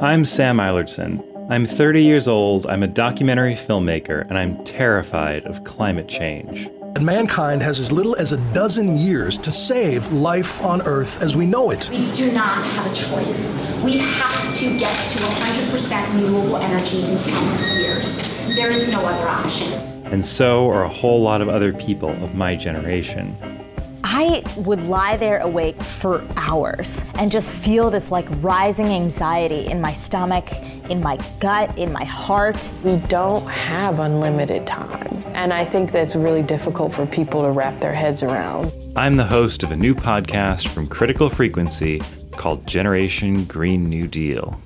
I'm Sam Eilertson. I'm 30 years old, I'm a documentary filmmaker, and I'm terrified of climate change. And mankind has as little as a dozen years to save life on Earth as we know it. We do not have a choice. We have to get to 100% renewable energy in 10 years. There is no other option. And so are a whole lot of other people of my generation. I would lie there awake for hours and just feel this like rising anxiety in my stomach, in my gut, in my heart. We don't have unlimited time. And I think that's really difficult for people to wrap their heads around. I'm the host of a new podcast from Critical Frequency called Generation Green New Deal.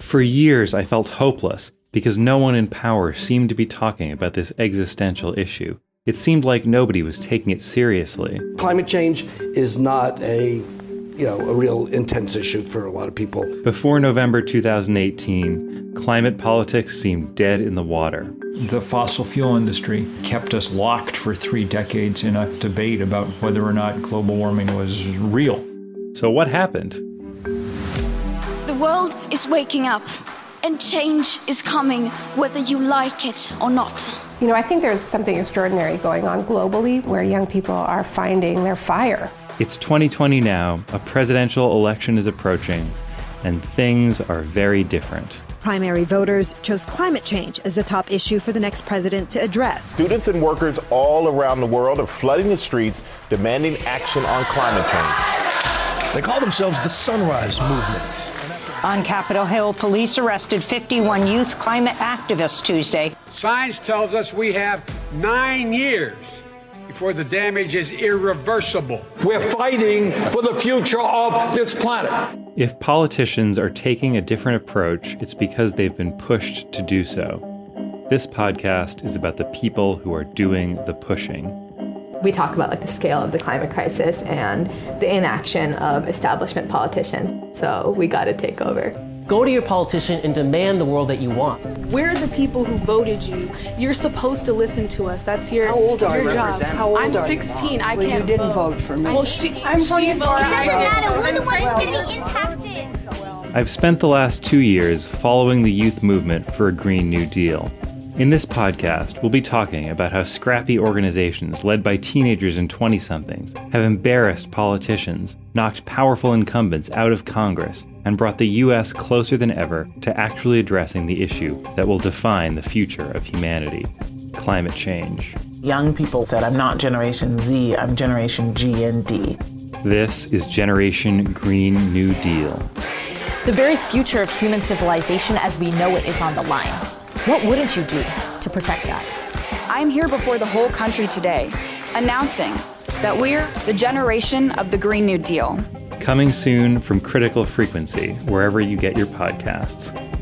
For years, I felt hopeless because no one in power seemed to be talking about this existential issue. It seemed like nobody was taking it seriously. Climate change is not a you know, a real intense issue for a lot of people. Before November 2018, climate politics seemed dead in the water. The fossil fuel industry kept us locked for three decades in a debate about whether or not global warming was real. So, what happened? The world is waking up, and change is coming whether you like it or not. You know, I think there's something extraordinary going on globally where young people are finding their fire. It's 2020 now, a presidential election is approaching, and things are very different. Primary voters chose climate change as the top issue for the next president to address. Students and workers all around the world are flooding the streets demanding action on climate change. They call themselves the Sunrise Movement. On Capitol Hill, police arrested 51 youth climate activists Tuesday. Science tells us we have nine years before the damage is irreversible. We're fighting for the future of this planet. If politicians are taking a different approach, it's because they've been pushed to do so. This podcast is about the people who are doing the pushing. We talk about like the scale of the climate crisis and the inaction of establishment politicians. So we got to take over. Go to your politician and demand the world that you want. We're the people who voted you. You're supposed to listen to us. That's your How old are your job. How old I'm are 16. You? I well, can't. You didn't vote, vote for me. Well, she, I'm she voted. It doesn't matter. We're the ones going to be impacted. I've spent the last two years following the youth movement for a Green New Deal. In this podcast, we'll be talking about how scrappy organizations led by teenagers and 20 somethings have embarrassed politicians, knocked powerful incumbents out of Congress, and brought the U.S. closer than ever to actually addressing the issue that will define the future of humanity climate change. Young people said, I'm not Generation Z, I'm Generation G and D. This is Generation Green New Deal. The very future of human civilization as we know it is on the line. What wouldn't you do to protect that? I'm here before the whole country today, announcing that we're the generation of the Green New Deal. Coming soon from Critical Frequency, wherever you get your podcasts.